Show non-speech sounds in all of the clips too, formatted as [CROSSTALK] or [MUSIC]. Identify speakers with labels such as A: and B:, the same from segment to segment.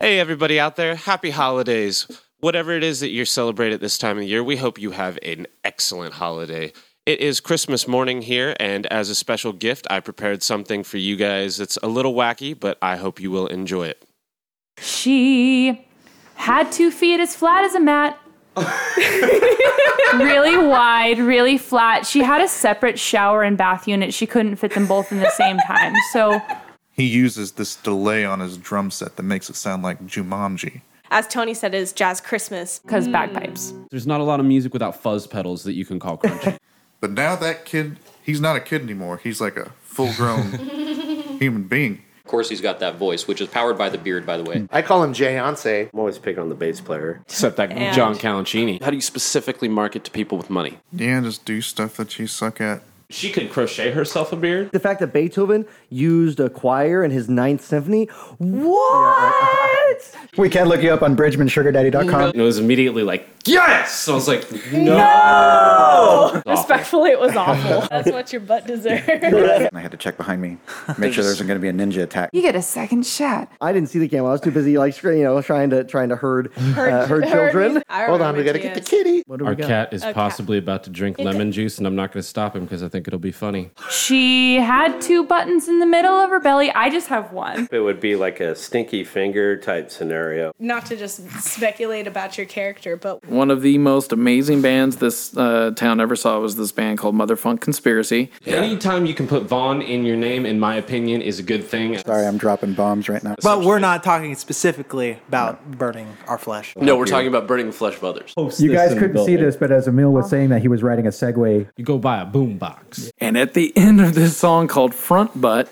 A: Hey, everybody out there, happy holidays. Whatever it is that you're celebrating this time of year, we hope you have an excellent holiday. It is Christmas morning here, and as a special gift, I prepared something for you guys that's a little wacky, but I hope you will enjoy it.
B: She had two feet as flat as a [LAUGHS] mat. really wide, really flat. She had a separate shower and bath unit. She couldn't fit them both in the same time. So
C: He uses this delay on his drum set that makes it sound like Jumanji.
D: As Tony said, is Jazz Christmas.
B: because bagpipes.
E: There's not a lot of music without fuzz pedals that you can call crunchy.
C: But now that kid, he's not a kid anymore. He's like a full grown human being.
F: Of course, he's got that voice, which is powered by the beard, by the way.
G: Mm.
H: I call him Jayonce. I'm always picking on the bass player.
A: [LAUGHS] Except that
D: And-
A: John Calancini. How do you specifically market to people with money?
C: Yeah, just do stuff that you suck at.
E: she could crochet herself a beard.
H: The fact that Beethoven used a choir in his ninth symphony. What?
G: We can look you up on BridgmanSugarDaddy.com.
A: And it was immediately like, yes! So I was like,
I: Respectfully, it [LAUGHS] was awful. That's what your butt
H: [LAUGHS] Uh,
I: deserves.
G: I had to check behind me, make sure there wasn't going to be a ninja attack.
B: You get a second shot.
H: I didn't see the camera. I was too busy, like, scr- you know, trying to trying to herd
I: [LAUGHS]
H: uh, herd children.
D: I
H: Hold on,
D: remember
H: we gotta
D: Gia's.
H: get the kitty. What do
E: Our
H: we got?
E: cat is possibly about to drink lemon juice, and I'm not going to stop him because I think it'll be funny.
B: She had two buttons in the middle of her belly. I just have one.
H: It would be like a stinky finger type scenario.
I: Not to just speculate about your character, but
J: One of the most amazing bands this uh, town ever saw was this band called Motherfunk Conspiracy.
E: Anytime you can put Vaughn in your name, in my opinion, is a good thing.
G: Sorry, I'm dropping bombs right now.
K: But we're not talking specifically about burning our flesh.
F: No, we're talking about burning the flesh of others.
G: you guys couldn't see this, but as Emil was saying that he was writing a segue.
E: You go buy a boombox.
J: And at the end of this song called Front Butt,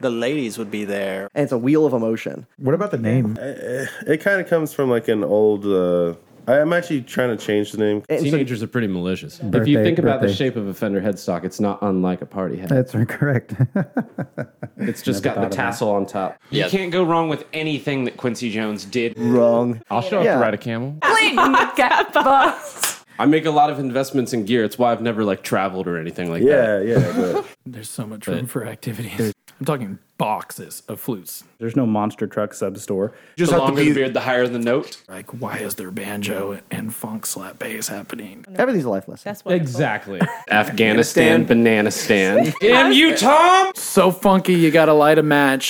K: The ladies would be there.
H: And it's a wheel of emotion.
G: What about the [LAUGHS] name?
H: It kind of comes from like an old. Uh, I'm actually trying to change the name.
E: Teenagers are pretty malicious. if you
G: Birthday,
E: think about the
G: birthday.
E: shape of a Fender headstock, it's not unlike a party hat.
G: That's correct.
E: It's just got the tassel on top. You
F: Yeah.
E: can't go wrong with anything that Quincy Jones did.
H: Wrong.
E: I'll show up
H: Yeah.
E: to ride a camel.
B: Clink, get bust.
E: I make a lot of investments in gear. It's why I've never like traveled or anything like that.
H: yeah.
J: there's so much room for activities. I'm talking boxes of flutes.
G: There's [LAUGHS] no monster truck sub store.
E: Just the
C: have to
E: longer
C: be-
E: the beard, the higher the note.
J: Like, why is there banjo and funk slap bass happening?
H: Everything's a life lesson.
I: that's what.
E: Exactly. Afghanistan, banana stand. Damn you, Tom!
J: So funky, you gotta light a match.